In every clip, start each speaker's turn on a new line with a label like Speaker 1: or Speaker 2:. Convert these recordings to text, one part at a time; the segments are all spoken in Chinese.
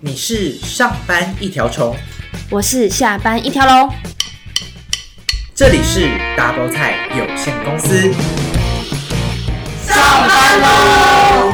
Speaker 1: 你是上班一条虫，
Speaker 2: 我是下班一条龙。
Speaker 1: 这里是 Double 菜有限公司。
Speaker 3: 上班喽！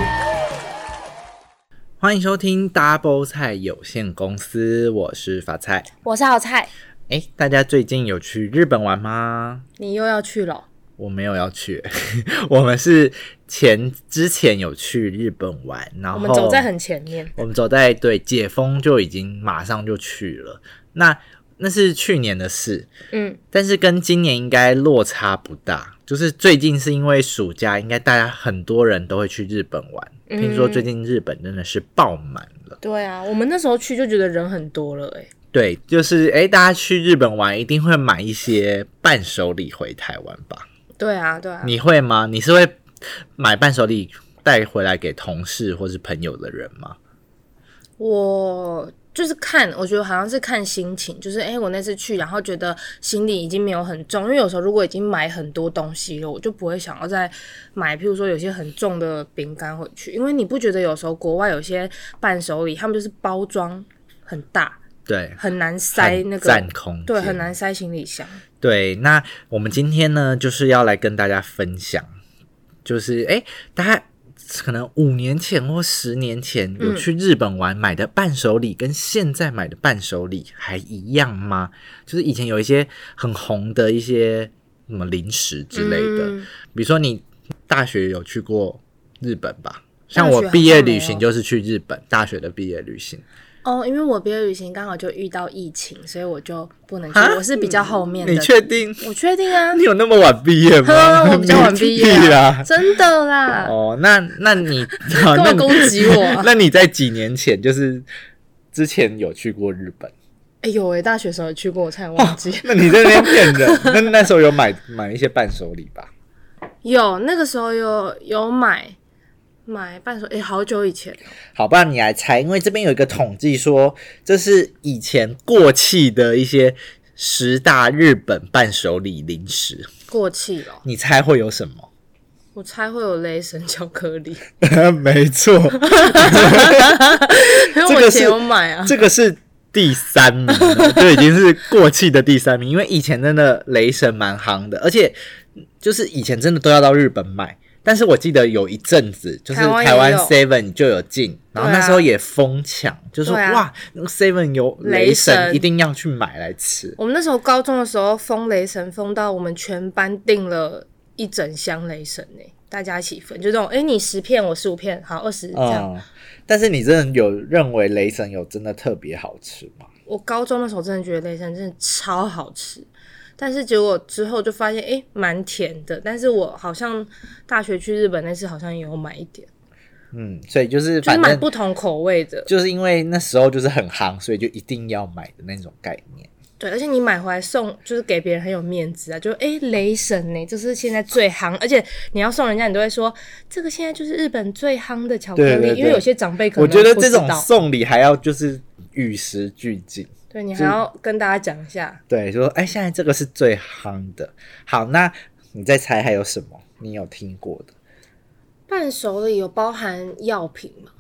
Speaker 1: 欢迎收听 Double 菜有限公司，我是法菜。
Speaker 2: 我是好菜，
Speaker 1: 哎，大家最近有去日本玩吗？
Speaker 2: 你又要去了？
Speaker 1: 我没有要去， 我们是前之前有去日本玩，然后
Speaker 2: 我们走在很前面，
Speaker 1: 我们走在对解封就已经马上就去了，那那是去年的事，
Speaker 2: 嗯，
Speaker 1: 但是跟今年应该落差不大。就是最近是因为暑假，应该大家很多人都会去日本玩。
Speaker 2: 嗯
Speaker 1: 听说最近日本真的是爆满了，
Speaker 2: 对啊，我们那时候去就觉得人很多了、欸，
Speaker 1: 对，就是诶，大家去日本玩一定会买一些伴手礼回台湾吧？
Speaker 2: 对啊，对啊，
Speaker 1: 你会吗？你是会买伴手礼带回来给同事或是朋友的人吗？
Speaker 2: 我就是看，我觉得好像是看心情，就是诶，我那次去，然后觉得行李已经没有很重，因为有时候如果已经买很多东西了，我就不会想要再买，譬如说有些很重的饼干回去，因为你不觉得有时候国外有些伴手礼，他们就是包装很大，
Speaker 1: 对，
Speaker 2: 很难塞
Speaker 1: 很
Speaker 2: 那个，
Speaker 1: 占空间，
Speaker 2: 对，很难塞行李箱。
Speaker 1: 对，那我们今天呢，就是要来跟大家分享，就是哎，大家可能五年前或十年前
Speaker 2: 嗯
Speaker 1: 有去日本玩买的伴手礼，跟现在买的伴手礼还一样吗？就是以前有一些很红的一些什么零食之类的，
Speaker 2: 嗯
Speaker 1: 比如说你大学有去过日本吧？像
Speaker 2: 大学
Speaker 1: 我
Speaker 2: 好像
Speaker 1: 毕业
Speaker 2: 没
Speaker 1: 旅
Speaker 2: 有
Speaker 1: 行就是去日本，大学的毕业旅行。
Speaker 2: 哦，因为我毕业旅行刚好就遇到疫情，所以我就不能去
Speaker 1: 啊。
Speaker 2: 我是比较后面的，
Speaker 1: 你确定？
Speaker 2: 我确定啊
Speaker 1: 你，有那么晚毕业吗？
Speaker 2: 呵，我比较晚毕 业
Speaker 1: 你屁
Speaker 2: 啊，
Speaker 1: 啦
Speaker 2: 真的啦，
Speaker 1: 哦，那那你好 那
Speaker 2: 干嘛
Speaker 1: 你
Speaker 2: 攻击我啊
Speaker 1: 那你在几年前就是之前有去过日本？
Speaker 2: 哎呦喂，大学时候有去过，我差点忘记。
Speaker 1: 那你在那边骗人？那那时候有买买一些伴手礼吧？
Speaker 2: 有那个时候有有买买伴手，哎、好久以前了，
Speaker 1: 好，不然你来猜，因为这边有一个统计说，这是以前过气的一些十大日本伴手礼零食，
Speaker 2: 过气了。
Speaker 1: 你猜会有什么？
Speaker 2: 我猜会有雷神巧克力，
Speaker 1: 没错，
Speaker 2: 因
Speaker 1: 这
Speaker 2: 为我以
Speaker 1: 个是
Speaker 2: 前有买啊。
Speaker 1: 这个是第三 名了，就已经是过气的第三名，因为以前真的雷神蛮夯的，而且就是以前真的都要到日本买。但是我记得有一阵子，就是
Speaker 2: 台湾也
Speaker 1: 台湾
Speaker 2: 有
Speaker 1: Seven 就有进，然后
Speaker 2: 对啊
Speaker 1: 那时候也疯抢，就说、
Speaker 2: 对啊
Speaker 1: 哇，Seven 有雷
Speaker 2: 雷神
Speaker 1: 神，一定要去买来吃。
Speaker 2: 我们那时候高中的时候封雷神，封到我们全班订了一整箱雷神呢、大家一起分，就这种，哎、你十片，我十五片，好，二十这样。
Speaker 1: 嗯，但是你真的有认为雷神有真的特别好吃吗？
Speaker 2: 我高中的时候真的觉得雷神真的超好吃，但是结果之后就发现，哎、蛮甜的。但是我好像大学去日本那次好像也有买一点，
Speaker 1: 嗯，所以就是
Speaker 2: 就是
Speaker 1: 反
Speaker 2: 买
Speaker 1: 正
Speaker 2: 不同口味的。
Speaker 1: 就是因为那时候就是很夯，所以就一定要买的那种概念。
Speaker 2: 对，而且你买回来送，就是给别人很有面子啊，就哎、诶雷神呢、这是现在最夯，而且你要送人家，你都会说这个现在就是日本最夯的巧克力，
Speaker 1: 对对对
Speaker 2: 因为有些长辈可
Speaker 1: 我
Speaker 2: 能
Speaker 1: 觉得
Speaker 2: 不
Speaker 1: 这
Speaker 2: 知
Speaker 1: 种
Speaker 2: 道
Speaker 1: 送礼还要就是与时俱进，
Speaker 2: 对你还要跟大家讲一下，
Speaker 1: 对，就说哎，现在这个是最夯的。好，那你再猜还有什么你有听过的？
Speaker 2: 伴手礼有包含药品吗？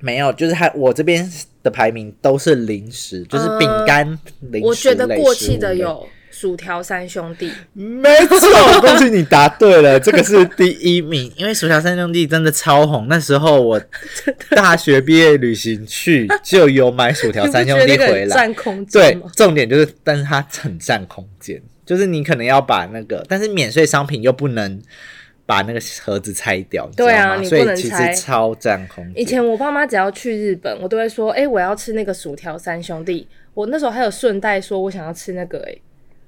Speaker 1: 没有，就是还我这边的排名都是零食，就是饼干、零食
Speaker 2: 我觉得
Speaker 1: 类
Speaker 2: 过气的，
Speaker 1: 食物类
Speaker 2: 有薯条三兄弟，
Speaker 1: 没错，恭喜你答对了， 这个是第一名。因为《薯条三兄弟》真的超红，那时候我大学毕业旅行去就有买《薯条
Speaker 2: 你不
Speaker 1: 三
Speaker 2: 觉
Speaker 1: 兄
Speaker 2: 得
Speaker 1: 弟
Speaker 2: 那》个
Speaker 1: 回
Speaker 2: 很
Speaker 1: 来，
Speaker 2: 占空
Speaker 1: 对
Speaker 2: 间吗？，
Speaker 1: 重点就是，但是它很占空间，就是你可能要把那个，但是免税商品又不能把那个盒子拆掉，你知道
Speaker 2: 对啊
Speaker 1: 吗
Speaker 2: 你不
Speaker 1: 所以
Speaker 2: 能
Speaker 1: 其
Speaker 2: 拆
Speaker 1: 实超占空间。
Speaker 2: 以前我爸妈只要去日本，我都会说，哎、我要吃那个薯条三兄弟。我那时候还有顺带说我想要吃那个、诶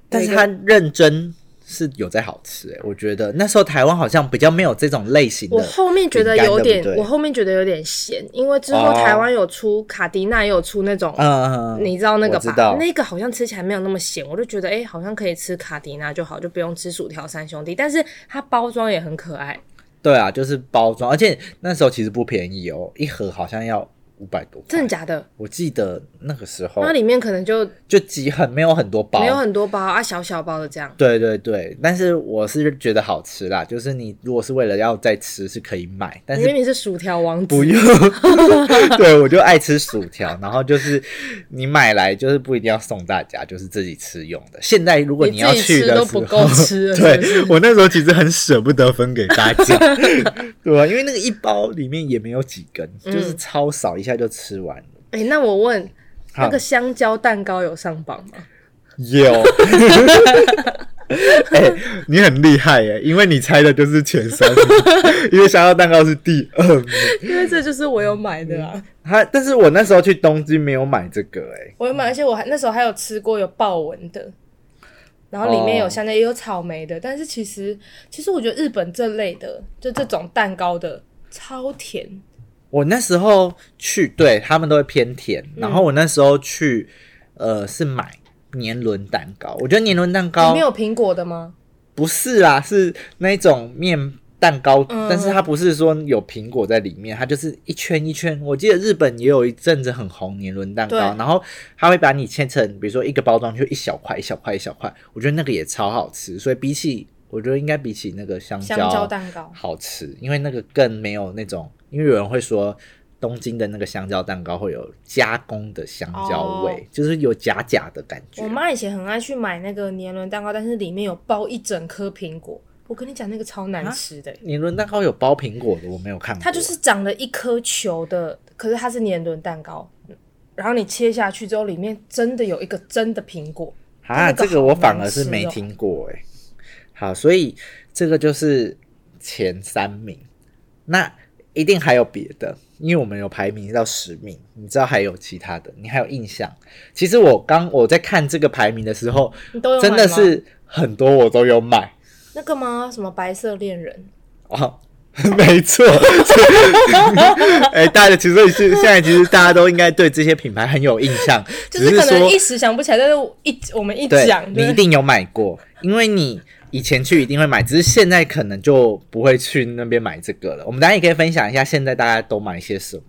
Speaker 1: 但是它认真是有在好吃、欸，我觉得那时候台湾好像比较没有这种类型
Speaker 2: 我
Speaker 1: 的，
Speaker 2: 后面觉得有点，
Speaker 1: 饼干对不对
Speaker 2: 我后面觉得有点咸，因为之后
Speaker 1: 哦
Speaker 2: 台湾有出、卡迪娜，也有出那种，
Speaker 1: 嗯，
Speaker 2: 你知道那个
Speaker 1: 我知
Speaker 2: 吧
Speaker 1: 道？
Speaker 2: 那个好像吃起来没有那么咸，我就觉得哎、诶好像可以吃卡迪娜就好，就不用吃薯条三兄弟。但是它包装也很可爱，
Speaker 1: 对啊，就是包装，而且那时候其实不便宜哦，一盒好像要五百多块，
Speaker 2: 真的假的？
Speaker 1: 我记得那个时候
Speaker 2: 那里面可能就
Speaker 1: 就几很没有很多哦包，
Speaker 2: 没有很多包啊，小小包的这样。
Speaker 1: 对对对，但是我是觉得好吃啦，就是你如果是为了要再吃是可以买，但
Speaker 2: 因为
Speaker 1: 是
Speaker 2: 你是薯条 王
Speaker 1: 不
Speaker 2: 子，
Speaker 1: 用。对，我就爱吃薯条，然后就是你买来就是不一定要送大家，就是自己吃用的。现在如果
Speaker 2: 你
Speaker 1: 要
Speaker 2: 自己
Speaker 1: 去
Speaker 2: 吃
Speaker 1: 的时
Speaker 2: 都
Speaker 1: 候，
Speaker 2: 不够吃了是不
Speaker 1: 对我那时候其实很舍不得分给大 家，对啊吧、因为那个一包里面也没有几根，就是
Speaker 2: 嗯
Speaker 1: 超少，一下就吃完了。
Speaker 2: 哎、那我问，那
Speaker 1: 好
Speaker 2: 个香蕉蛋糕有上榜吗？
Speaker 1: 有。哎、你很厉害耶，因为你猜的就是前三名，因为香蕉蛋糕是第二名。
Speaker 2: 因为这就是我有买的啊，
Speaker 1: 他，但是我那时候去东京没有买这个，哎，
Speaker 2: 我有买，而且我还那时候还有吃过有豹纹的，然后里面有
Speaker 1: 哦
Speaker 2: 香蕉也有草莓的，但是其实其实我觉得日本这类的就这种蛋糕的超甜，
Speaker 1: 我那时候去，对他们都会偏甜。然后我那时候去，呃，是买年轮蛋糕。我觉得年轮蛋
Speaker 2: 里
Speaker 1: 糕
Speaker 2: 面有苹果的吗？
Speaker 1: 不是啦，是那种面蛋糕，
Speaker 2: 嗯
Speaker 1: 但是它不是说有苹果在里面，它就是一圈一圈。我记得日本也有一阵子很红年轮蛋糕
Speaker 2: 对，
Speaker 1: 然后它会把你切成，比如说一个包装就一小块、一小块、一小块。我觉得那个也超好吃，所以比起我觉得应该比起那个香蕉
Speaker 2: 香蕉蛋糕
Speaker 1: 好吃，因为那个更没有那种，因为有人会说。东京的那个香蕉蛋糕会有加工的香蕉味，
Speaker 2: 哦
Speaker 1: 就是有假假的感觉。
Speaker 2: 我妈以前很爱去买那个年轮蛋糕，但是里面有包一整颗苹果。我跟你讲，那个超
Speaker 1: 啊
Speaker 2: 难吃的欸、
Speaker 1: 年轮蛋糕有包苹果的，我没有看过。
Speaker 2: 它就是长了一颗球的，可是它是年轮蛋糕。然后你切下去之后，里面真的有一个真的苹果，
Speaker 1: 啊，
Speaker 2: 那个
Speaker 1: 这个我反而
Speaker 2: 好难吃
Speaker 1: 是没
Speaker 2: 哦
Speaker 1: 听过哎、好，所以这个就是前三名，那一定还有别的，因为我们有排名到十名，你知道还有其他的，你还有印象？其实我刚我在看这个排名的时候，
Speaker 2: 你都有买
Speaker 1: 真
Speaker 2: 吗
Speaker 1: 的是很多我都有买
Speaker 2: 那个吗？什么白色恋人？
Speaker 1: 哦。 没错， 哎、大家其实是现在，其实大家都应该对这些品牌很有印象，
Speaker 2: 就是
Speaker 1: 只
Speaker 2: 可
Speaker 1: 是说
Speaker 2: 能一时想不起来，但是我一我们一
Speaker 1: 对，
Speaker 2: 讲，
Speaker 1: 你一
Speaker 2: 就是
Speaker 1: 定有买过，因为你以前去一定会买，只是现在可能就不会去那边买这个了。我们大家也可以分享一下，现在大家都买些什么。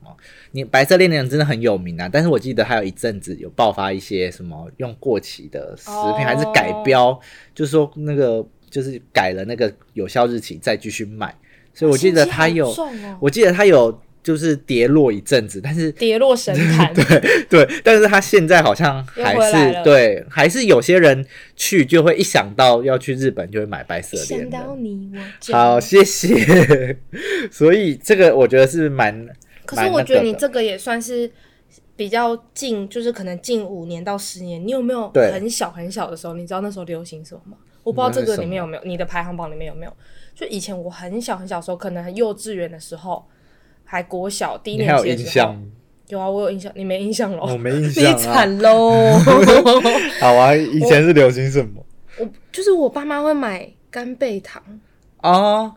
Speaker 1: 你白色恋人真的很有名啊，但是我记得还有一阵子有爆发一些什么用过期的食品，还是改标，就是说那个就是改了那个有效日期再继续卖。所以我记得它有，
Speaker 2: 心机好重哦
Speaker 1: 我记得它有就是跌落一阵子，但是
Speaker 2: 跌落神坛。
Speaker 1: 对，但是他现在好像还
Speaker 2: 又回来
Speaker 1: 是
Speaker 2: 了
Speaker 1: 对，还是有些人去就会一想到要去日本就会买白色
Speaker 2: 想
Speaker 1: 恋
Speaker 2: 到
Speaker 1: 人。
Speaker 2: 你，我就
Speaker 1: 好，谢谢。 所以这个我觉得是蛮，
Speaker 2: 可是
Speaker 1: 蛮
Speaker 2: 我
Speaker 1: 那
Speaker 2: 觉得
Speaker 1: 个
Speaker 2: 你
Speaker 1: 的
Speaker 2: 这个也算是比较近，就是可能近五年到十年，你有没有
Speaker 1: 对
Speaker 2: 很小很小的时候，你知道那时候流行什么吗？我不知道
Speaker 1: 那是
Speaker 2: 这个
Speaker 1: 什
Speaker 2: 里面有没有你的排行榜里面有没有？就以前我很小很小的时候，可能幼稚园的时候，还国小低
Speaker 1: 你
Speaker 2: 年
Speaker 1: 还有
Speaker 2: 级
Speaker 1: 印
Speaker 2: 的时候，
Speaker 1: 象？
Speaker 2: 有啊，我有印象，你没印象咯？
Speaker 1: 我没印
Speaker 2: 你
Speaker 1: 象啊。
Speaker 2: 惨喽！
Speaker 1: 好啊，以前是流行什么？
Speaker 2: 我就是我爸妈会买干贝糖，
Speaker 1: 哦，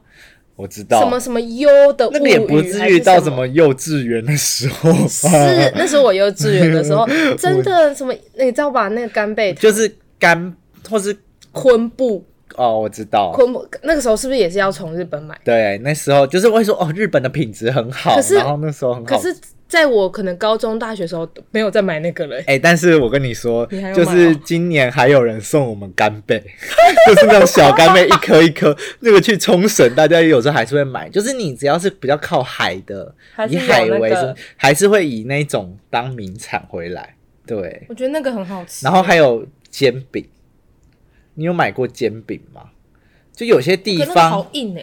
Speaker 1: 我知
Speaker 2: 什
Speaker 1: 道
Speaker 2: 么，什么优的物语，
Speaker 1: 那个也不至于
Speaker 2: 还
Speaker 1: 到
Speaker 2: 是什
Speaker 1: 什么幼稚园的时候吧。
Speaker 2: 是，那时候我幼稚园的时 候，真的什么，你知道吧？那个干贝糖
Speaker 1: 就是干或是
Speaker 2: 昆布，
Speaker 1: 哦，我知道。
Speaker 2: 昆布那个时候是不是也是要从日本买？
Speaker 1: 对，那时候就是会说哦，日本的品质很好
Speaker 2: 可，是
Speaker 1: 然后那时候很好
Speaker 2: 可是在我可能高中、大学时候没有再买那个了、欸
Speaker 1: 哎、但是我跟你说，
Speaker 2: 你还有
Speaker 1: 就
Speaker 2: 买
Speaker 1: 是
Speaker 2: 哦
Speaker 1: 今年还有人送我们干贝， 就是那种小干贝一颗一颗。那个去冲绳，大家有时候还是会买，就是你只要是比较靠海的，
Speaker 2: 还是
Speaker 1: 以
Speaker 2: 有
Speaker 1: 海
Speaker 2: 那
Speaker 1: 为
Speaker 2: 个
Speaker 1: 生，还是会以那种当名产回来。对，
Speaker 2: 我觉得那个很好吃。
Speaker 1: 然后还有煎饼，你有买过煎饼吗？就有些地
Speaker 2: 可那个
Speaker 1: 方
Speaker 2: 好硬哎、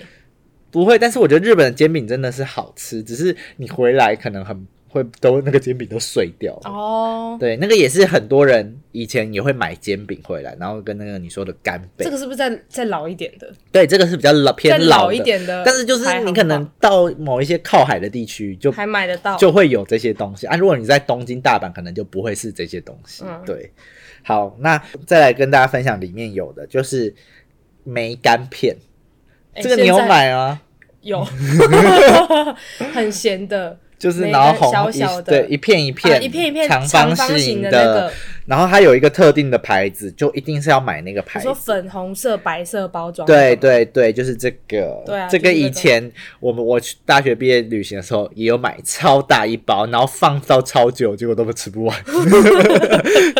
Speaker 1: 不会，但是我觉得日本的煎饼真的是好吃，只是你回来可能很会都那个煎饼都碎掉了。
Speaker 2: 哦，
Speaker 1: 对，那个也是很多人以前也会买煎饼回来，然后跟那个你说的干贝，
Speaker 2: 这个是不是再再老一点的，
Speaker 1: 对，这个是比较老
Speaker 2: 再
Speaker 1: 偏老的
Speaker 2: 一点的？
Speaker 1: 但是就是你可能到某一些靠海的地区就
Speaker 2: 还买得到，
Speaker 1: 就会有这些东西啊。如果你在东京、大阪，可能就不会是这些东西。
Speaker 2: 嗯
Speaker 1: 对，好，那再来跟大家分享里面有的就是梅干片，
Speaker 2: 欸
Speaker 1: 这个你有？
Speaker 2: 现在
Speaker 1: 买吗？
Speaker 2: 有，很咸的。
Speaker 1: 就是
Speaker 2: 梅
Speaker 1: 然后
Speaker 2: 干
Speaker 1: 红
Speaker 2: 小
Speaker 1: 一
Speaker 2: 小的
Speaker 1: 对一片一片、
Speaker 2: 啊一片一片
Speaker 1: 长
Speaker 2: 长
Speaker 1: 方
Speaker 2: 方
Speaker 1: 形
Speaker 2: 形的那个
Speaker 1: 然后它有一个特定的牌子，就一定是要买那个牌
Speaker 2: 你
Speaker 1: 子
Speaker 2: 说。粉红色、白色包装，
Speaker 1: 对，对对，就是这个，
Speaker 2: 对啊
Speaker 1: 这
Speaker 2: 就
Speaker 1: 个
Speaker 2: 是这
Speaker 1: 以
Speaker 2: 个
Speaker 1: 前我们我去大学毕业旅行的时候也有买超大一包，然后放到超久，结果都吃不 完，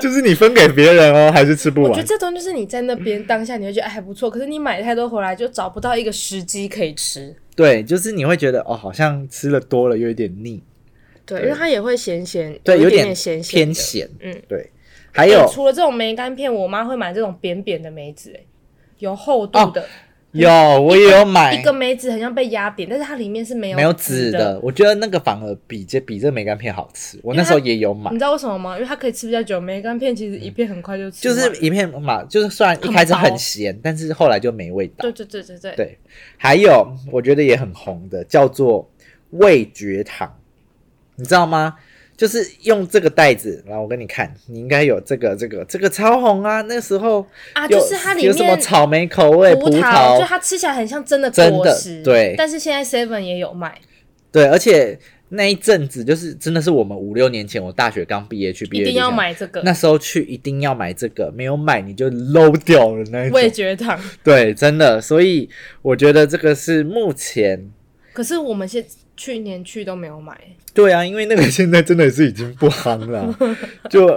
Speaker 1: 就是你分给别人哦，还是吃不
Speaker 2: 我觉得
Speaker 1: 完。
Speaker 2: 这种就是你在那边当下你会觉得哎还不错，可是你买太多回来就找不到一个时机可以吃。
Speaker 1: 对，就是你会觉得哦，好像吃了多了有一点腻，
Speaker 2: 对，因为它也会咸咸，
Speaker 1: 对，
Speaker 2: 有
Speaker 1: 有
Speaker 2: 一点点咸咸
Speaker 1: 偏
Speaker 2: 的。
Speaker 1: 咸，
Speaker 2: 嗯，
Speaker 1: 对。还有
Speaker 2: 欸除了这种梅干片，我妈会买这种扁扁的梅子、欸，有厚度的，
Speaker 1: 哦有，我也有买
Speaker 2: 一个梅子很像被压扁，但是它里面是没
Speaker 1: 哎
Speaker 2: 有
Speaker 1: 没有
Speaker 2: 籽
Speaker 1: 籽的，我觉得那个反而比这比这梅干片好吃。我那时候
Speaker 2: 因为它嗯
Speaker 1: 也有买
Speaker 2: 你，知道为什么吗？因为它可以吃比较久，梅干片其实一片很快就吃
Speaker 1: 就
Speaker 2: 完了。
Speaker 1: 是一片嘛，就是虽然一
Speaker 2: 很
Speaker 1: 开始
Speaker 2: 薄
Speaker 1: 很咸，但是后来就没味道。
Speaker 2: 对对对对对，
Speaker 1: 对，还有我觉得也很红的，叫做味觉糖，你知道吗？就是用这个袋子，然后我给你看，你应该有这个这个这个超红啊！那时候
Speaker 2: 啊
Speaker 1: 有
Speaker 2: 就是它里
Speaker 1: 有什么
Speaker 2: 面
Speaker 1: 草莓口味葡
Speaker 2: 萄就
Speaker 1: 萄，
Speaker 2: 它吃起来很像真的
Speaker 1: 真
Speaker 2: 果
Speaker 1: 的
Speaker 2: 实，
Speaker 1: 对
Speaker 2: 但是现在 Seven 也有卖，
Speaker 1: 对，而且那一阵子就是真的是我们五六年前，我大学刚毕业去毕
Speaker 2: 一
Speaker 1: 业，
Speaker 2: 定要。买这个
Speaker 1: 那时候去一定要买这个，没有买你就 low 掉了那一
Speaker 2: 味
Speaker 1: 种。
Speaker 2: 觉糖。
Speaker 1: 对，真的，所以我觉得这个是目前
Speaker 2: 可是我们现去年去都没有买，
Speaker 1: 对啊，因为那个现在真的是已经不夯了啊，就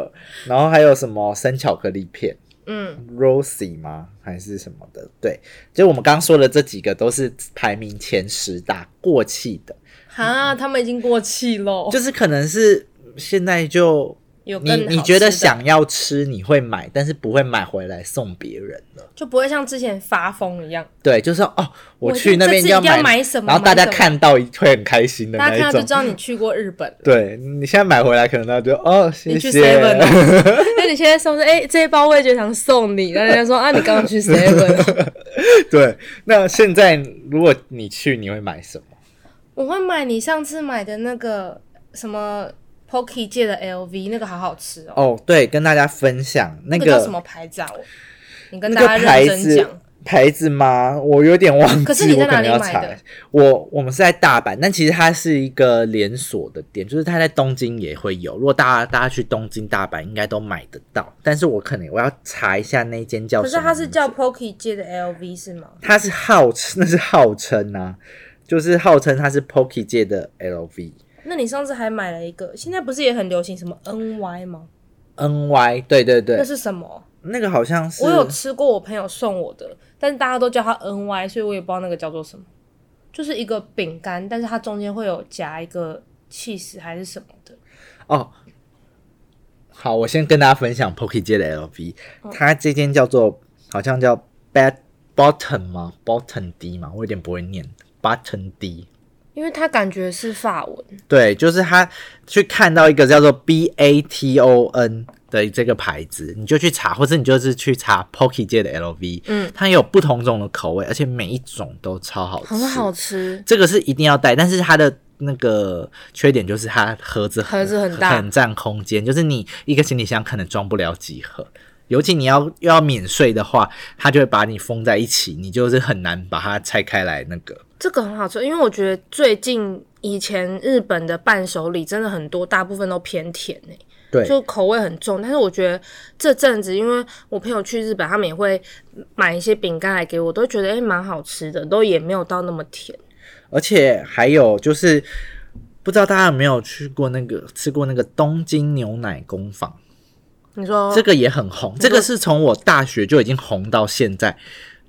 Speaker 1: 然后还有什么生巧克力片
Speaker 2: 嗯，
Speaker 1: ，Rosie 吗？还是什么的？对，就我们刚说的这几个都是排名前十大过气的，
Speaker 2: 哈，他们已经过气喽，
Speaker 1: 就是可能是现在就
Speaker 2: 哦有更
Speaker 1: 你
Speaker 2: 好
Speaker 1: 你觉得
Speaker 2: 吃的
Speaker 1: 想要吃你会买，但是不会买回来送别人了。
Speaker 2: 就不会像之前发疯一样，
Speaker 1: 对，就是说哦，
Speaker 2: 我
Speaker 1: 我
Speaker 2: 一
Speaker 1: 去
Speaker 2: 定
Speaker 1: 那边
Speaker 2: 这次
Speaker 1: 要
Speaker 2: 一定要
Speaker 1: 买
Speaker 2: 买什么
Speaker 1: 然后大家
Speaker 2: 买什么
Speaker 1: 看到会很开心的
Speaker 2: 大
Speaker 1: 那
Speaker 2: 家
Speaker 1: 一
Speaker 2: 看到就
Speaker 1: 种
Speaker 2: 知。道你去过日本了。
Speaker 1: 对你现在买回来，可能大家就哦，谢
Speaker 2: 你去
Speaker 1: 谢。
Speaker 2: Seven，了那你现 在送说，哎、这一包味觉糖送你，然后人家说啊，你刚刚去 Seven，
Speaker 1: 对，那现在如果你去，你会买什么？
Speaker 2: 我会买你上次买的那个什么 Pocky 界的 LV，那个好好吃哦，
Speaker 1: 哦，对，跟大家分享那
Speaker 2: 那
Speaker 1: 个
Speaker 2: 个叫什么牌子啊？我你跟
Speaker 1: 那
Speaker 2: 大
Speaker 1: 个
Speaker 2: 家
Speaker 1: 牌
Speaker 2: 认真
Speaker 1: 子
Speaker 2: 讲，
Speaker 1: 牌子吗？我有点忘记，
Speaker 2: 可是你在
Speaker 1: 我可
Speaker 2: 哪
Speaker 1: 能
Speaker 2: 里
Speaker 1: 要
Speaker 2: 买
Speaker 1: 查
Speaker 2: 的。
Speaker 1: 我我们是在大阪，但其实它是一个连锁的店，就是它在东京也会有。如果大家大家去东京、大阪，应该都买得到。但是我可能我要查一下那间叫
Speaker 2: 可
Speaker 1: 什
Speaker 2: 是
Speaker 1: 么名字。
Speaker 2: 它是叫 Pocky 界的 LV 是吗？
Speaker 1: 它是号称 那是号称啊，就是号称它是 Pocky 界的 LV。
Speaker 2: 那你上次还买了一个，现在不是也很流行什么 NY 吗？
Speaker 1: N Y，对对对
Speaker 2: 那，是什么？
Speaker 1: 那个好像是
Speaker 2: 我有吃过我朋友送我的，但是大家都叫它 NY，所以我也不知道那个叫做什么，就是一个饼干，但是它中间会有夹一个 cheese 还是什么的。
Speaker 1: 哦，好，我先跟大家分享 Pocky 街的 LV，、它
Speaker 2: 哦
Speaker 1: 这间叫做好像叫 Bad Bottom 吗？Bottom D 吗？我有点不会念 Bottom D。
Speaker 2: 因为它感觉是法文，
Speaker 1: 对，就是他去看到一个叫做 B A T O N 的这个牌子，你就去查，或者你就是去查 Pocky 街的 LV，
Speaker 2: 嗯，
Speaker 1: 它也有不同种的口味，而且每一种都超好吃，
Speaker 2: 很好吃。
Speaker 1: 这个是一定要带，但是它的那个缺点就是它盒子
Speaker 2: 盒子很大
Speaker 1: 很占空间，就是你一个行李箱可能装不了几盒。尤其你要又要免税的话，它就会把你封在一起，你就是很难把它拆开来。那个
Speaker 2: 这个很好吃，因为我觉得最近以前日本的伴手礼真的很多，大部分都偏甜欸诶、
Speaker 1: 对
Speaker 2: 就口味很重。但是我觉得这阵子，因为我朋友去日本，他们也会买一些饼干来给我，都觉得诶蛮、好吃的，都也没有到那么甜。
Speaker 1: 而且还有就是，不知道大家有没有去过那个吃过那个东京牛奶工坊，
Speaker 2: 你说
Speaker 1: 这个也很红。这个是从我大学就已经红到现在，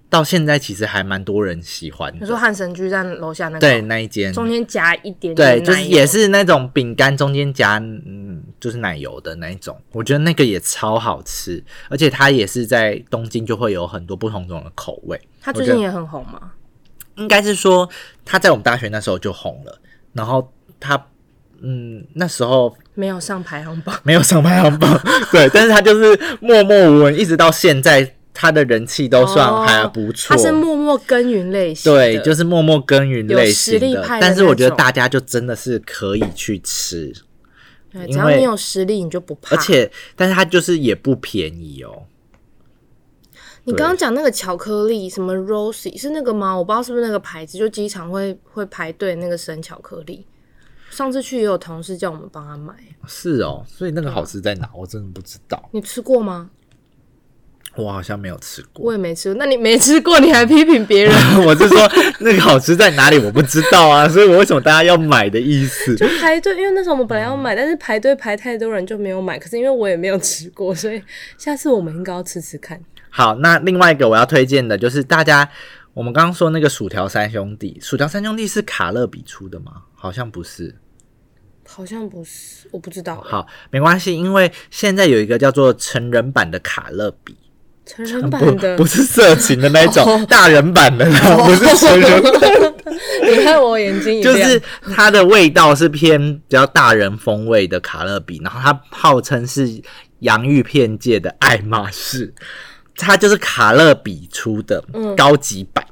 Speaker 1: 到现在其实还蛮多人喜欢的。
Speaker 2: 你说汉神居站楼下那个，
Speaker 1: 对，那一间
Speaker 2: 中间夹一点点
Speaker 1: 对，就是
Speaker 2: 奶油
Speaker 1: 也是那种饼干中间夹嗯，就是奶油的那一种，我觉得那个也超好吃，而且它也是在东京就会有很多不同种的口味。
Speaker 2: 它
Speaker 1: 我
Speaker 2: 最
Speaker 1: 觉
Speaker 2: 近
Speaker 1: 得
Speaker 2: 也很红嘛。
Speaker 1: 应该是说它在我们大学那时候就红了，然后它嗯那时候
Speaker 2: 没有上排行榜，
Speaker 1: 没有上排行 榜，对，但是它就是默默无闻，一直到现在它的人气都算还不错。
Speaker 2: 它是默默耕耘类型的，
Speaker 1: 对，就是默默耕耘
Speaker 2: 有
Speaker 1: 类
Speaker 2: 实
Speaker 1: 型
Speaker 2: 力
Speaker 1: 的
Speaker 2: 派，的
Speaker 1: 但是我
Speaker 2: 那
Speaker 1: 觉得
Speaker 2: 种
Speaker 1: 大家就真的是可以去吃，
Speaker 2: 对
Speaker 1: 因
Speaker 2: 只要
Speaker 1: 为
Speaker 2: 你有实力，你就不怕。
Speaker 1: 而且，但是它就是也不便宜哦。
Speaker 2: 你刚刚讲那个巧克力什么 Rosie 是那个吗？我不知道是不是那个牌子，就机场会会排队那个生巧克力，上次去也有同事叫我们帮他买，
Speaker 1: 是哦，所以那个好吃在哪？我真的不知道，
Speaker 2: 你吃过吗？
Speaker 1: 我好像没有吃过。
Speaker 2: 我也没吃过。那你没吃过，你还批评别人？
Speaker 1: 我是说那个好吃在哪里，我不知道啊，所以我为什么大家要买的意思？
Speaker 2: 就排队，因为那时候我们本来要买，但是排队排太多人就没有买。可是因为我也没有吃过，所以下次我们应该要吃吃看。
Speaker 1: 好，那另外一个我要推荐的就是大家，我们刚刚说那个薯条三兄弟，薯条三兄弟是卡乐比出的吗？好像不是。
Speaker 2: 好像不是，我不知道。
Speaker 1: 好，没关系，因为现在有一个叫做成人版的卡乐比。
Speaker 2: 成人版的
Speaker 1: 不是色情的那种，哦、大人版的啦，哦、不是成人版的。
Speaker 2: 你看我眼睛一
Speaker 1: 亮，就是它的味道是偏比较大人风味的卡乐比，然后它号称是洋芋片界的爱马仕，它就是卡乐比出的高级版，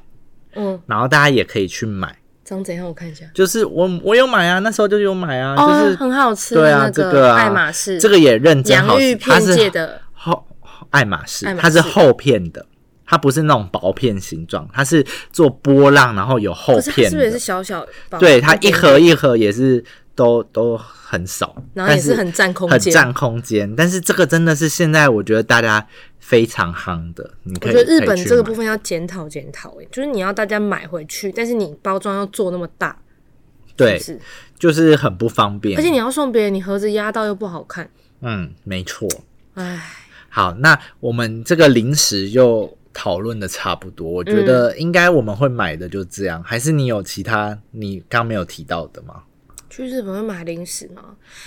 Speaker 2: 嗯，嗯
Speaker 1: 然后大家也可以去买。
Speaker 2: 长怎样？我看一下。
Speaker 1: 就是我我有买啊，那时候就有买啊，哦、就是
Speaker 2: 很好吃。
Speaker 1: 对啊，
Speaker 2: 这
Speaker 1: 个啊，
Speaker 2: 爱马仕
Speaker 1: 这个也认真好吃，
Speaker 2: 洋芋片界的
Speaker 1: 好。爱马仕，它是厚片的，它不是那种薄片形状，它是做波浪，然后有厚片的。
Speaker 2: 是,是不是也是小小？
Speaker 1: 对，它一盒一盒也是都都很少，
Speaker 2: 然后也是很占空
Speaker 1: 间，很占空间。但是这个真的是现在我觉得大家非常夯的，你可
Speaker 2: 以。
Speaker 1: 我
Speaker 2: 觉得日本这个部分要检讨检讨，哎，就是你要大家买回去，但是你包装要做那么大，
Speaker 1: 对，
Speaker 2: 是是
Speaker 1: 就是很不方便。
Speaker 2: 而且你要送别人，你盒子压到又不好看。
Speaker 1: 嗯，没错。
Speaker 2: 唉。
Speaker 1: 好，那我们这个零食就讨论的差不多，我
Speaker 2: 嗯
Speaker 1: 觉得应该我们会买的就这样。还是你有其他你刚没有提到的吗？
Speaker 2: 去日本会买零食吗？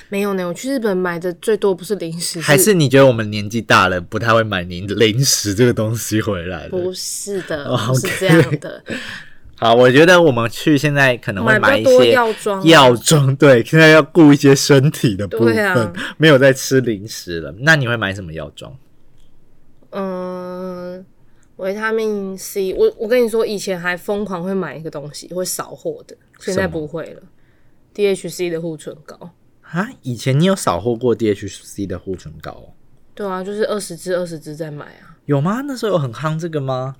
Speaker 2: 没有呢，我去日本买的最多不是零食，
Speaker 1: 还是你觉得我们年纪大了不太会买零零食这个东西回来了？
Speaker 2: 不是的，
Speaker 1: 哦 okay、
Speaker 2: 不是这样 的。
Speaker 1: 好，我觉得我们去现在可能会
Speaker 2: 买
Speaker 1: 一些
Speaker 2: 药妆、啊，
Speaker 1: 药妆 对，现在要顾一些身体的部分，
Speaker 2: 啊、
Speaker 1: 没有在吃零食了。那你会买什么药妆？
Speaker 2: 嗯，维他命 C，我我跟你说，以前还疯狂会买一个东西，会扫货的，现在不会了。DHC 的护唇膏
Speaker 1: 啊，以前你有扫货过 DHC 的护唇膏、哦？
Speaker 2: 对啊，就是二十支二十支在买啊。
Speaker 1: 有吗？那时候有很夯这个吗？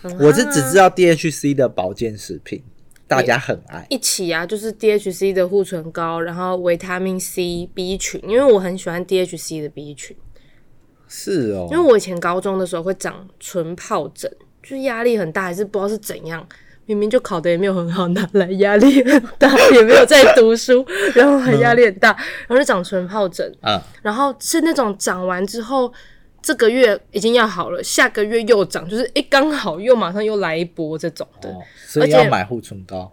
Speaker 2: 很夯啊、
Speaker 1: 我是只知道 DHC 的保健食品，大家很爱
Speaker 2: 一起啊，就是 DHC 的护唇膏，然后维他命 C、B 群，因为我很喜欢 DHC 的 B 群。
Speaker 1: 是哦，
Speaker 2: 因为我以前高中的时候会长唇疱疹，就是压力很大，还是不知道是怎样。明明就考的也没有很好，哪来压力很大？也没有在读书， 然后还压力很大，然后就长唇疱疹。
Speaker 1: 啊，
Speaker 2: 然后是那种长完之后，这个月已经要好了，下个月又长，就是一刚好又马上又来一波这种的。
Speaker 1: 哦、所以要买护唇膏，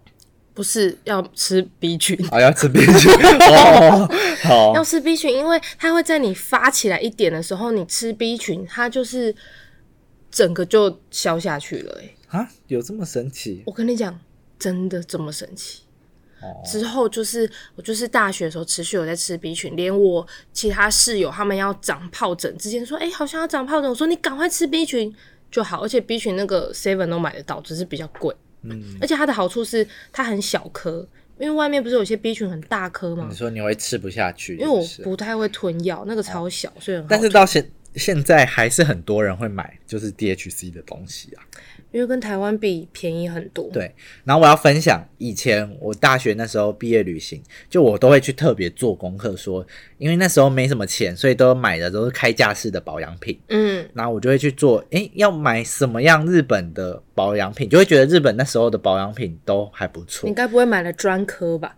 Speaker 2: 不是要吃 B 群。
Speaker 1: 哦，要吃 B 群哦，好，
Speaker 2: 要吃 B 群，因为它会在你发起来一点的时候，你吃 B 群，它就是整个就消下去了、欸。
Speaker 1: 啊，有这么神奇？
Speaker 2: 我跟你讲，真的这么神奇。
Speaker 1: 哦、
Speaker 2: 之后就是我就是大学的时候持续有在吃 B 群，连我其他室友他们要长疱疹之前说，哎、欸，好像要长疱疹，我说你赶快吃 B 群就好，而且 B 群那个 seven 都买得到，只是比较贵。
Speaker 1: 嗯，
Speaker 2: 而且它的好处是它很小颗，因为外面不是有些 B 群很大颗吗？
Speaker 1: 你说你会吃不下去
Speaker 2: 因为我不太会吞药，那个超小，哦、所以
Speaker 1: 但是到现现在还是很多人会买，就是 DHC 的东西啊。
Speaker 2: 因为跟台湾比便宜很多。
Speaker 1: 对，然后我要分享，以前我大学那时候毕业旅行，就我都会去特别做功课说，说因为那时候没什么钱，所以都买的都是开架式的保养品。
Speaker 2: 嗯，
Speaker 1: 然后我就会去做，诶，要买什么样日本的保养品，就会觉得日本那时候的保养品都还不错。
Speaker 2: 你该不会买了专科吧？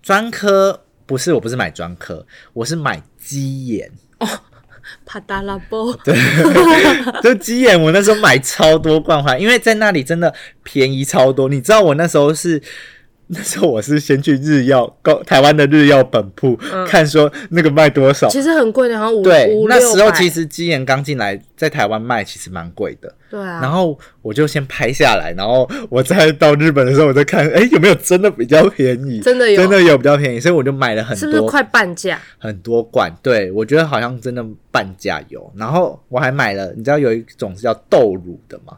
Speaker 1: 专科不是，我不是买专科，我是买基眼。
Speaker 2: 哦。帕达拉波，
Speaker 1: 对， 就鸡眼，我那时候买超多罐回来，因为在那里真的便宜超多。你知道我那时候是， 那时候我是先去日药高台湾的日药本铺、
Speaker 2: 嗯、
Speaker 1: 看说那个卖多少，
Speaker 2: 其实很贵的，好像五
Speaker 1: 对，
Speaker 2: 五
Speaker 1: 那时候其实鸡眼刚进来，在台湾卖其实蛮贵的。
Speaker 2: 对啊，
Speaker 1: 然后我就先拍下来，然后我再到日本的时候，我再看，哎，有没有真的比较便宜？
Speaker 2: 真的有，
Speaker 1: 真的有比较便宜，所以我就买了很多，
Speaker 2: 是不是快半价？
Speaker 1: 很多罐，对我觉得好像真的半价有。然后我还买了，你知道有一种是叫豆乳的吗？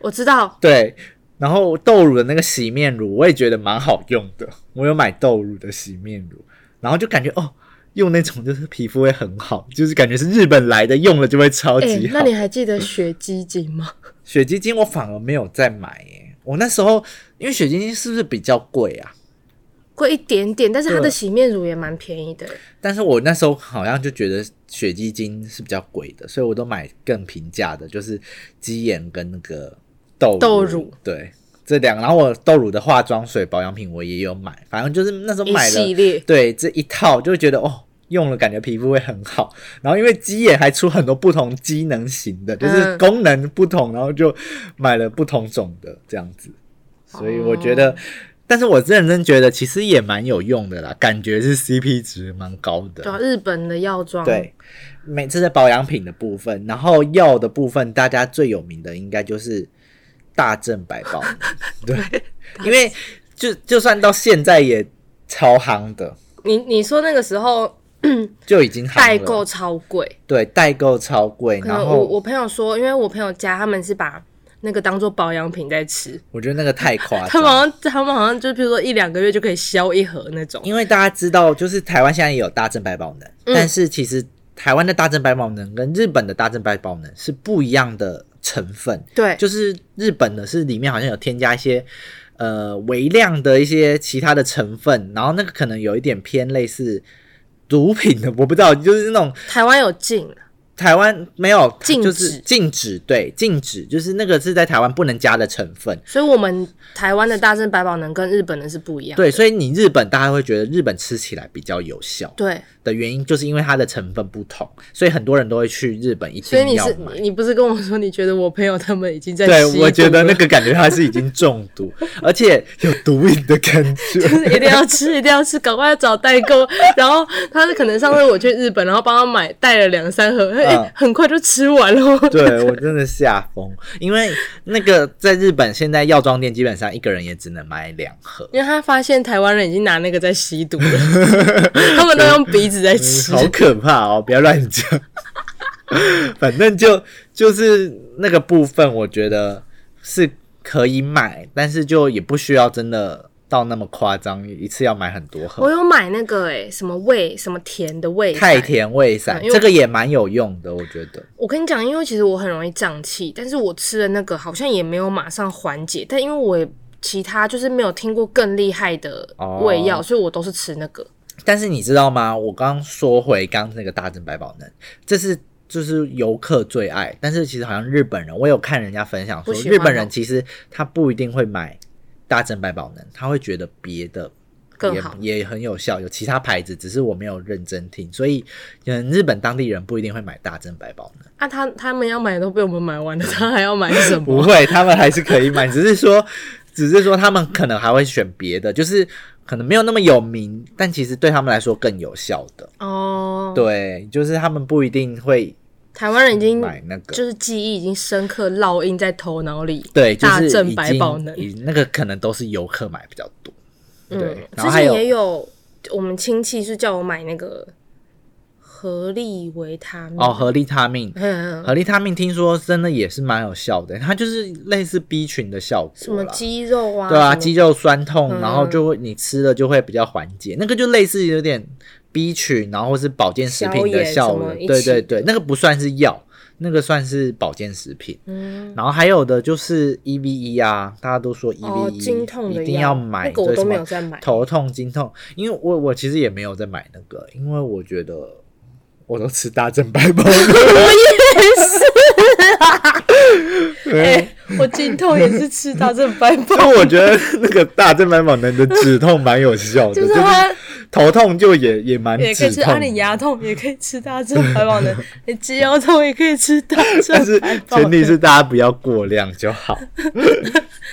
Speaker 2: 我知道，
Speaker 1: 对，然后豆乳的那个洗面乳，我也觉得蛮好用的，我有买豆乳的洗面乳，然后就感觉哦。用那种就是皮肤会很好，就是感觉是日本来的，用了就会超级好。
Speaker 2: 欸、那你还记得雪肌精吗？
Speaker 1: 雪肌精我反而没有再买耶、欸，我那时候因为雪肌精是不是比较贵啊？
Speaker 2: 贵一点点，但是它的
Speaker 1: 对
Speaker 2: 洗面乳也蛮便宜的。
Speaker 1: 但是我那时候好像就觉得雪肌精是比较贵的，所以我都买更平价的，就是鸡眼跟那个豆
Speaker 2: 豆乳
Speaker 1: 乳，对这两个。然后我豆乳的化妆水、保养品我也有买，反正就是那时候
Speaker 2: 一
Speaker 1: 买了
Speaker 2: 系列
Speaker 1: 对这一套，就觉得哦。用了感觉皮肤会很好，然后因为鸡眼还出很多不同机能型的，就是
Speaker 2: 嗯
Speaker 1: 功能不同，然后就买了不同种的这样子，所以我觉
Speaker 2: 哦
Speaker 1: 得，但是我认真觉得其实也蛮有用的啦，感觉是 CP 值蛮高的。
Speaker 2: 对啊，日本的药妆，
Speaker 1: 对，每次在保养品的部分，然后药的部分，大家最有名的应该就是大正百 宝，对，因为就就算到现在也超夯的，
Speaker 2: 你你说那个时候
Speaker 1: 就已经夯了
Speaker 2: 代购，超贵，
Speaker 1: 对，代购超贵，
Speaker 2: 可
Speaker 1: 然
Speaker 2: 能
Speaker 1: 后
Speaker 2: 我我朋友说，因为我朋友家他们是把那个当做保养品在吃，
Speaker 1: 我觉得那个太夸
Speaker 2: 他
Speaker 1: 张
Speaker 2: 们
Speaker 1: 了。
Speaker 2: 好像他们好像就比如说一两个月就可以消一盒那种。
Speaker 1: 因为大家知道，就是台湾现在也有大正百宝能，
Speaker 2: 嗯
Speaker 1: 但是其实台湾的大正百宝能跟日本的大正百宝能是不一样的成分，
Speaker 2: 对，
Speaker 1: 就是日本的是里面好像有添加一些呃微量的一些其他的成分，然后那个可能有一点偏类似毒品的，我 不知道，就是那种
Speaker 2: 台湾有进，
Speaker 1: 台湾没有
Speaker 2: 禁
Speaker 1: 就
Speaker 2: 止
Speaker 1: 是禁止，对，禁止就是那个是在台湾不能加的成分。
Speaker 2: 所以我们台湾的大正百宝能跟日本的是不一样的。
Speaker 1: 对，所以你日本大家会觉得日本吃起来比较有效
Speaker 2: 对，
Speaker 1: 的原因，就是因为它的成分不同，所以很多人都会去日本一
Speaker 2: 所以
Speaker 1: 定
Speaker 2: 你
Speaker 1: 要
Speaker 2: 是
Speaker 1: 买。
Speaker 2: 你不是跟我说你觉得我朋友他们已经在
Speaker 1: 对，
Speaker 2: 吸
Speaker 1: 我觉
Speaker 2: 毒
Speaker 1: 得
Speaker 2: 了
Speaker 1: 那个感觉它是已经中毒，而且有毒瘾的感觉。
Speaker 2: 一定要吃，一定要吃，赶快找代购。 然后他是可能上次我去日本，然后帮他买带了两三盒，哎、
Speaker 1: 嗯
Speaker 2: 很快就吃完了。
Speaker 1: 对我真的吓疯，因为那个在日本现在药妆店基本上一个人也只能买两盒，
Speaker 2: 因为他发现台湾人已经拿那个在吸 毒了，他们都用鼻子在吃。
Speaker 1: 嗯好可怕哦！不要乱讲， 反正就就是那个部分，我觉得是可以买，但是就也不需要真的到那么夸张，一次要买很多
Speaker 2: 我
Speaker 1: 盒。
Speaker 2: 有买那个哎、什么味，什么甜的味，
Speaker 1: 太。甜味散
Speaker 2: 嗯因为
Speaker 1: 这个也蛮有用的，我觉得。
Speaker 2: 我跟你讲，因为其实我很容易胀气，但是我吃了那个好像也没有马上缓解，但因为我也其他就是没有听过更厉害的胃药，
Speaker 1: 哦
Speaker 2: 所以我都是吃那个。
Speaker 1: 但是你知道吗？我刚说回刚那个大正百宝能，这是就是游客最爱，但是其实好像日本人，我有看人家分享说，
Speaker 2: 不喜欢
Speaker 1: 日本人
Speaker 2: 哦
Speaker 1: 其实他不一定会买大正百宝能，他会觉得别的。
Speaker 2: 更好
Speaker 1: 也也很有效，有其他牌子，只是我没有认真听，所以嗯，日本当地人不一定会买大正百宝 能，
Speaker 2: 啊，他他们要买都被我们买完了，他还要买什
Speaker 1: 不
Speaker 2: 么？
Speaker 1: 会，他们还是可以买， 只是说，只是说他们可能还会选别的，就是可能没有那么有名，但其实对他们来说更有效的。
Speaker 2: 哦，
Speaker 1: 对，就是他们不一定会
Speaker 2: 台湾人已经
Speaker 1: 买那个，
Speaker 2: 就是记忆已经深刻烙印在头脑里。
Speaker 1: 对，就
Speaker 2: 大
Speaker 1: 是
Speaker 2: 正
Speaker 1: 已
Speaker 2: 百
Speaker 1: 经
Speaker 2: 宝能
Speaker 1: 已那个可能都是游客买比较多。对
Speaker 2: 嗯，，
Speaker 1: 然后
Speaker 2: 之
Speaker 1: 还
Speaker 2: 前
Speaker 1: 有
Speaker 2: 也有我们亲戚是叫我买那个合力维他命
Speaker 1: 哦，合利他命，
Speaker 2: 嗯，嗯
Speaker 1: 合利他命听说真的也是蛮有效的，它就是类似 B 群的效
Speaker 2: 什
Speaker 1: 果
Speaker 2: 么
Speaker 1: 啦。
Speaker 2: 肌肉啊，
Speaker 1: 对啊，
Speaker 2: 什么
Speaker 1: 肌肉酸痛，
Speaker 2: 嗯
Speaker 1: 然后就会你吃了就会比较缓解，那个就类似有点 B 群，然后或是保健食品
Speaker 2: 消
Speaker 1: 的
Speaker 2: 炎
Speaker 1: 效
Speaker 2: 什么
Speaker 1: 果，
Speaker 2: 一
Speaker 1: 对
Speaker 2: 起
Speaker 1: 对对，那个不算是药，那个算是保健食品。
Speaker 2: 嗯，
Speaker 1: 然后还有的就是 E V E 啊，大家都说 E
Speaker 2: 哦
Speaker 1: V E，、
Speaker 2: 经痛的
Speaker 1: 一定
Speaker 2: 药
Speaker 1: 要买，
Speaker 2: 那个我
Speaker 1: 对
Speaker 2: 都
Speaker 1: 什么
Speaker 2: 没有在买
Speaker 1: 头痛、经痛，因为我我其实也没有在买那个，因为我觉得我都吃大正白 包
Speaker 2: 啊 哎，我经痛也是吃到这白
Speaker 1: 因
Speaker 2: 包，
Speaker 1: 为我觉得那个大正白宝能的止痛蛮有效的，
Speaker 2: 就
Speaker 1: 就是是
Speaker 2: 它
Speaker 1: 头痛就也也蛮
Speaker 2: 也可以
Speaker 1: 止
Speaker 2: 吃
Speaker 1: 痛
Speaker 2: 啊，
Speaker 1: 的。
Speaker 2: 你牙痛也可以吃大正白宝 能，你肌肉痛也可以吃大
Speaker 1: 但
Speaker 2: 正
Speaker 1: 是
Speaker 2: 白宝
Speaker 1: 前
Speaker 2: 能。
Speaker 1: 提是大家不要过量就好，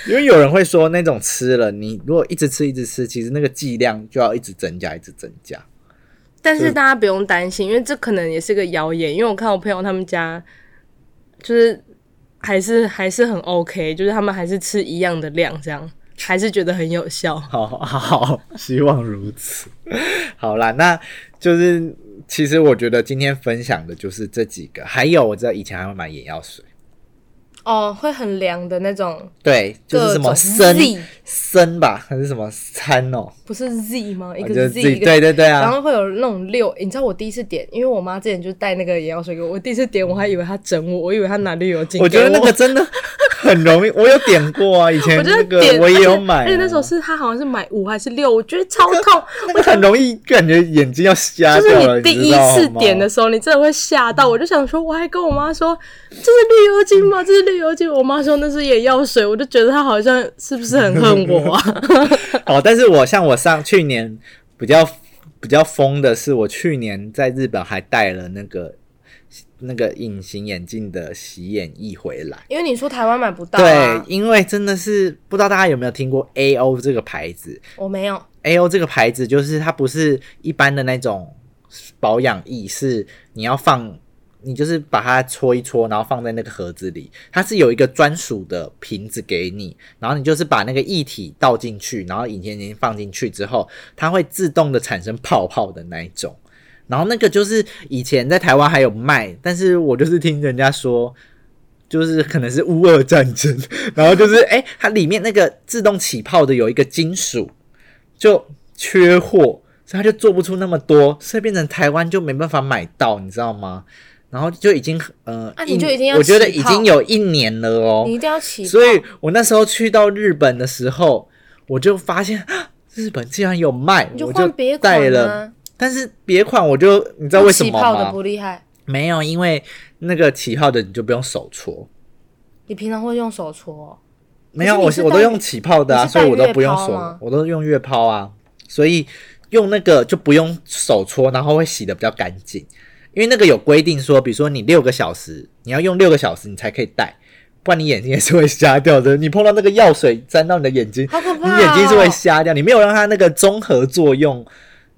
Speaker 1: 因为有人会说那种吃了，你如果一直吃一直吃，其实那个剂量就要一直增加，一直增加。
Speaker 2: 但是大家不用担心，因为这可能也是个谣言。因为我看我朋友他们家，就是还是还是很 OK，就是他们还是吃一样的量，这样还是觉得很有效。
Speaker 1: 好好，希望如此。好啦，那就是其实我觉得今天分享的就是这几个，还有我知道以前还会买眼药水，
Speaker 2: 哦，会很凉的那种，
Speaker 1: 对，就是什
Speaker 2: 各
Speaker 1: 么
Speaker 2: 种
Speaker 1: 参
Speaker 2: Z
Speaker 1: 参吧，还是什么参哦，
Speaker 2: 不是 Z 吗？一
Speaker 1: 我
Speaker 2: 个
Speaker 1: 觉得
Speaker 2: Z，
Speaker 1: 啊自
Speaker 2: 一
Speaker 1: 己
Speaker 2: 个
Speaker 1: 对对对
Speaker 2: 然
Speaker 1: 啊，
Speaker 2: 后会有那种六，你知道我第一次点，因为我妈之前就带那个眼药水给我，我第一次点我还以为她整我，我以为她拿绿油精给
Speaker 1: 我觉得那个真的很容易，我有点过 啊，以前
Speaker 2: 我觉
Speaker 1: 那
Speaker 2: 得
Speaker 1: 个
Speaker 2: 点，
Speaker 1: 我也有
Speaker 2: 而
Speaker 1: 买、啊，
Speaker 2: 且而且那时候是他好像是买五还是六，我觉得超痛。
Speaker 1: 那个很容易感觉眼睛要瞎
Speaker 2: 就是
Speaker 1: 掉了，
Speaker 2: 你第
Speaker 1: 知
Speaker 2: 一
Speaker 1: 道
Speaker 2: 次
Speaker 1: 吗
Speaker 2: 点的时候，你真的会吓到。我就想说，我还跟我妈说这是绿油 精吗？这是绿油精。我妈说那是眼药水。我就觉得她好像是不是很恨 我啊？
Speaker 1: 哦，但是我像我上去年比较比较疯的是，我去年在日本还带了那个那个隐形眼镜的洗眼液回来。
Speaker 2: 因为你说台湾买不到、啊
Speaker 1: 对，，因为真的是不知道大家有没有听过 A O 这个牌子
Speaker 2: 我没有。
Speaker 1: ，A O 这个牌子就是它不是一般的那种保养液，是你要放，你就是把它搓一搓，然后放在那个盒子里，它是有一个专属的瓶子给你，然后你就是把那个液体倒进去，然后隐形眼镜放进去之后，它会自动的产生泡泡的那一种。然后那个就是以前在台湾还有卖，但是我就是听人家说，就是可能是乌俄战争， 然后就是哎、它里面那个自动起泡的有一个金属就缺货，所以它就做不出那么多，所以变成台湾就没办法买到，你知道吗？然后就已经呃，
Speaker 2: 啊你就已经要
Speaker 1: 我觉得
Speaker 2: 起
Speaker 1: 已
Speaker 2: 泡
Speaker 1: 经有一年了哦，
Speaker 2: 你一定要起，
Speaker 1: 所以我那时候去到日本的时候，我就发现啊日本竟然有卖，
Speaker 2: 你就
Speaker 1: 我
Speaker 2: 换
Speaker 1: 就
Speaker 2: 别款
Speaker 1: 带了。
Speaker 2: 啊
Speaker 1: 但是别款我就你知道为什
Speaker 2: 起
Speaker 1: 么
Speaker 2: 泡的
Speaker 1: 吗？
Speaker 2: 不厉害，
Speaker 1: 没有，因为那个起泡的你就不用手搓。
Speaker 2: 你平常会用手搓哦、
Speaker 1: 没有，
Speaker 2: 你
Speaker 1: 我
Speaker 2: 是
Speaker 1: 我都
Speaker 2: 带
Speaker 1: 用起泡的啊，
Speaker 2: 你是
Speaker 1: 所以
Speaker 2: 带
Speaker 1: 我都不用
Speaker 2: 月抛
Speaker 1: 手
Speaker 2: 吗，
Speaker 1: 我都用月抛啊，所以用那个就不用手搓，然后会洗的比较干净，因为那个有规定说，比如说你六个小时，你要用六个小时你才可以戴，不然你眼睛也是会瞎掉的。你碰到那个药水沾到你的眼睛，
Speaker 2: 好可怕、
Speaker 1: 你
Speaker 2: 哦！
Speaker 1: 眼睛是会瞎掉，你没有让它那个综合作用，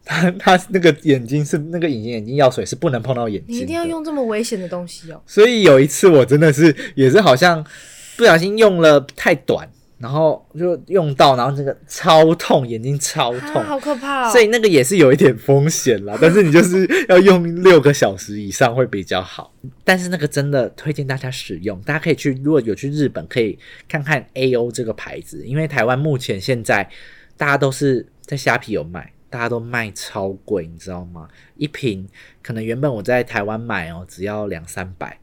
Speaker 1: 它它那个眼睛是那个隐形眼镜药水是不能碰到眼睛，
Speaker 2: 你一定要。用这么危险的东西哦。
Speaker 1: 所以有一次我真的是也是好像不小心用了太短，然后就用到，然后那个超痛，眼睛超痛。
Speaker 2: 啊，好可怕哦！
Speaker 1: 所以那个也是有一点风险啦， 但是你就是要用六个小时以上会比较好。但是那个真的推荐大家使用，大家可以去，如果有去日本，可以看看 A O 这个牌子，因为台湾目前现在大家都是在虾皮有卖，大家都卖超贵，你知道吗？一瓶可能原本我在台湾买哦，只要两三百。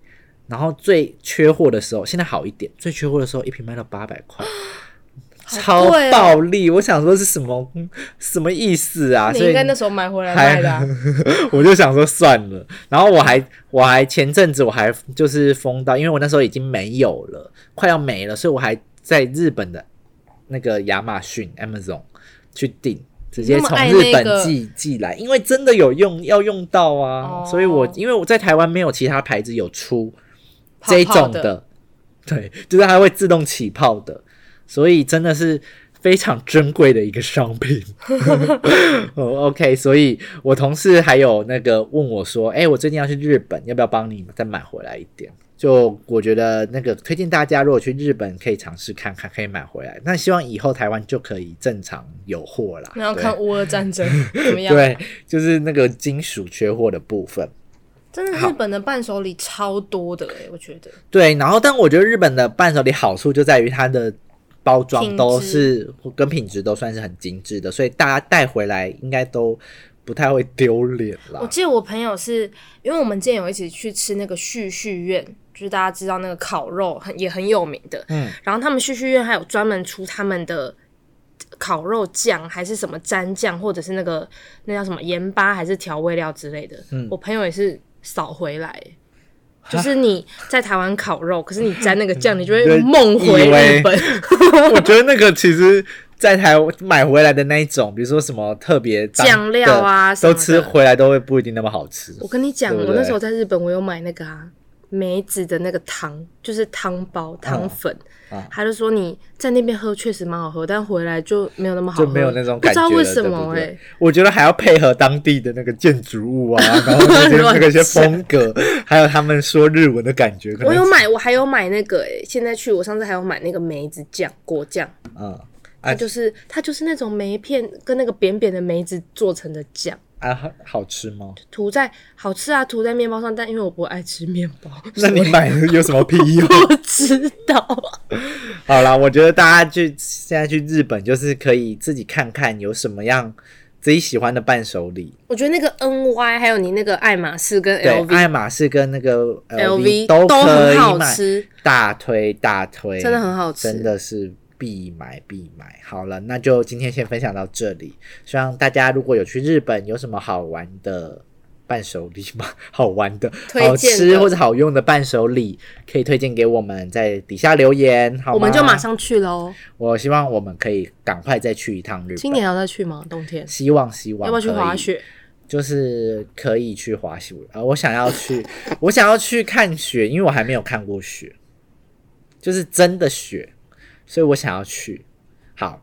Speaker 1: 然后最缺货的时候，现在好一点。最缺货的时候，一瓶卖到八百块，超
Speaker 2: 好贵哦
Speaker 1: 暴利。我想说是什么嗯什么意思啊？
Speaker 2: 你
Speaker 1: 所以
Speaker 2: 应该那时候买回来
Speaker 1: 还
Speaker 2: 卖的、 啊。
Speaker 1: 我就想说算了， 然后我还我还前阵子我还就是疯到，因为我那时候已经没有了，快要没了，所以我还在日本的那个亚马逊 Amazon 去订，直接从日
Speaker 2: 你那么爱那
Speaker 1: 本
Speaker 2: 个
Speaker 1: 寄寄来，因为真的有用要用到啊，
Speaker 2: 哦
Speaker 1: 所以我因为我在台湾没有其他牌子有出
Speaker 2: 泡
Speaker 1: 这一
Speaker 2: 泡
Speaker 1: 种
Speaker 2: 的
Speaker 1: 对，就是它会自动起泡的，所以真的是非常珍贵的一个商品。 哦，OK，所以我同事还有那个问我说：“哎、我最近要去日本，要不要帮你再买回来一点？”就我觉得那个推荐大家，如果去日本可以尝试看看，可以买回来。那希望以后台湾就可以正常有货啦。
Speaker 2: 然后
Speaker 1: 对
Speaker 2: 看乌俄战争怎么样？
Speaker 1: 对，就是那个金属缺货的部分。
Speaker 2: 真的日本的伴手礼超多的哎、我觉得
Speaker 1: 对，然后但我觉得日本的伴手礼好处就在于它的包装
Speaker 2: 品
Speaker 1: 都
Speaker 2: 质
Speaker 1: 是跟品质都算是很精致的，所以大家带回来应该都不太会丢脸
Speaker 2: 我
Speaker 1: 啦。
Speaker 2: 记得我朋友是因为我们之前有一起去吃那个旭旭苑，就是大家知道那个烤肉很也很有名的，
Speaker 1: 嗯，
Speaker 2: 然后他们旭旭苑还有专门出他们的。烤肉酱还是什么蘸酱，或者是那个那叫什么盐巴还是调味料之类的，
Speaker 1: 嗯
Speaker 2: 我朋友也是扫 回来，就是你在台湾烤肉，可是你沾那个酱，你 就会
Speaker 1: 对
Speaker 2: 梦回
Speaker 1: 以为
Speaker 2: 日本。
Speaker 1: 我觉得那个其实，在台湾买回来的那一种，比如说什么特别当
Speaker 2: 酱料啊
Speaker 1: 的
Speaker 2: 什么
Speaker 1: 都
Speaker 2: 的
Speaker 1: 吃回来都会不一定那么好吃。
Speaker 2: 我跟你讲，
Speaker 1: 对不
Speaker 2: 我
Speaker 1: 对
Speaker 2: 那时候在日本，我有买那个啊梅子的那个汤，就是汤包汤粉。
Speaker 1: 啊
Speaker 2: 他就说你在那边喝确实蛮好喝，但回来就没有那么好喝，
Speaker 1: 就没有那种
Speaker 2: 不
Speaker 1: 感
Speaker 2: 知
Speaker 1: 觉了，
Speaker 2: 道为什么
Speaker 1: 哎、
Speaker 2: 哎、
Speaker 1: 我觉得还要配合当地的那个建筑物啊，然后那些
Speaker 2: 乱
Speaker 1: 那个些
Speaker 2: 讲
Speaker 1: 风格，还有他们说日文的感觉，可能
Speaker 2: 我有买，我还有买那个哎、现在去我上次还有买那个梅子酱果酱，
Speaker 1: 嗯，
Speaker 2: 它就是、它就是那种梅片跟那个扁扁的梅子做成的酱。
Speaker 1: 啊，好好吃吗？
Speaker 2: 涂在好吃啊，涂在面包上，但因为我不爱吃面 包，
Speaker 1: 那你买有什么屁 用？
Speaker 2: 不知道。
Speaker 1: 好啦，我觉得大家去现在去日本，就是可以自己看看有什么样自己喜欢的伴手礼。
Speaker 2: 我觉得那个 N Y 还有你那个爱马仕跟
Speaker 1: 对
Speaker 2: L，V
Speaker 1: 爱马仕跟那个呃
Speaker 2: LV
Speaker 1: 都
Speaker 2: 都
Speaker 1: 可
Speaker 2: 很
Speaker 1: 以
Speaker 2: 好
Speaker 1: 买
Speaker 2: 吃，
Speaker 1: 大推大推，
Speaker 2: 真的很好吃
Speaker 1: 真的是必买必买。好了，那就今天先分享到这里。希望大家如果有去日本，有什么好玩的伴手礼吗？ 好玩的、
Speaker 2: 推
Speaker 1: 好
Speaker 2: 荐的
Speaker 1: 吃或者好用的伴手礼，可以推荐给我们，在底下留言，好吗？
Speaker 2: 我们就马。上去喽。
Speaker 1: 我希望我们可以赶快再去一趟日本。
Speaker 2: 今年还要再去吗？冬天
Speaker 1: 希望希望
Speaker 2: 要不要去
Speaker 1: 可以
Speaker 2: 滑雪？
Speaker 1: 就是可以去滑雪啊、呃我想要去， 我想要去看雪，因为我还没有看过雪，就是真的雪，所以我想要去。好，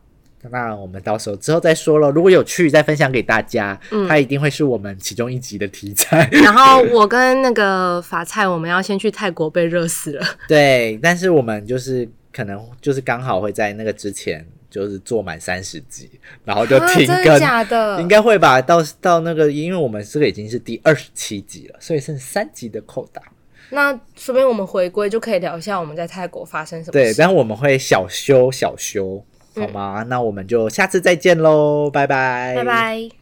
Speaker 1: 那我们到时候之后再说了。如果有去，再分享给大家，
Speaker 2: 嗯
Speaker 1: 它一定会是我们其中一集的题材。
Speaker 2: 然后我跟那个法菜，我们要先去泰国，被热死了。
Speaker 1: 对，但是我们就是可能就是刚好会在那个之前。就是做满三十集，然 后就
Speaker 2: 啊
Speaker 1: 停
Speaker 2: 真的
Speaker 1: 更，
Speaker 2: 假的
Speaker 1: 应该会吧？到到那个，因为我们这个已经是第二十七集了，所以剩三集的扣打。
Speaker 2: 那随便我们回归就可以聊一下我们在泰国发生什么
Speaker 1: 对，
Speaker 2: 事。
Speaker 1: 但我们会小修小修，好吗？那我们就下次再见喽，拜拜，
Speaker 2: 拜。拜。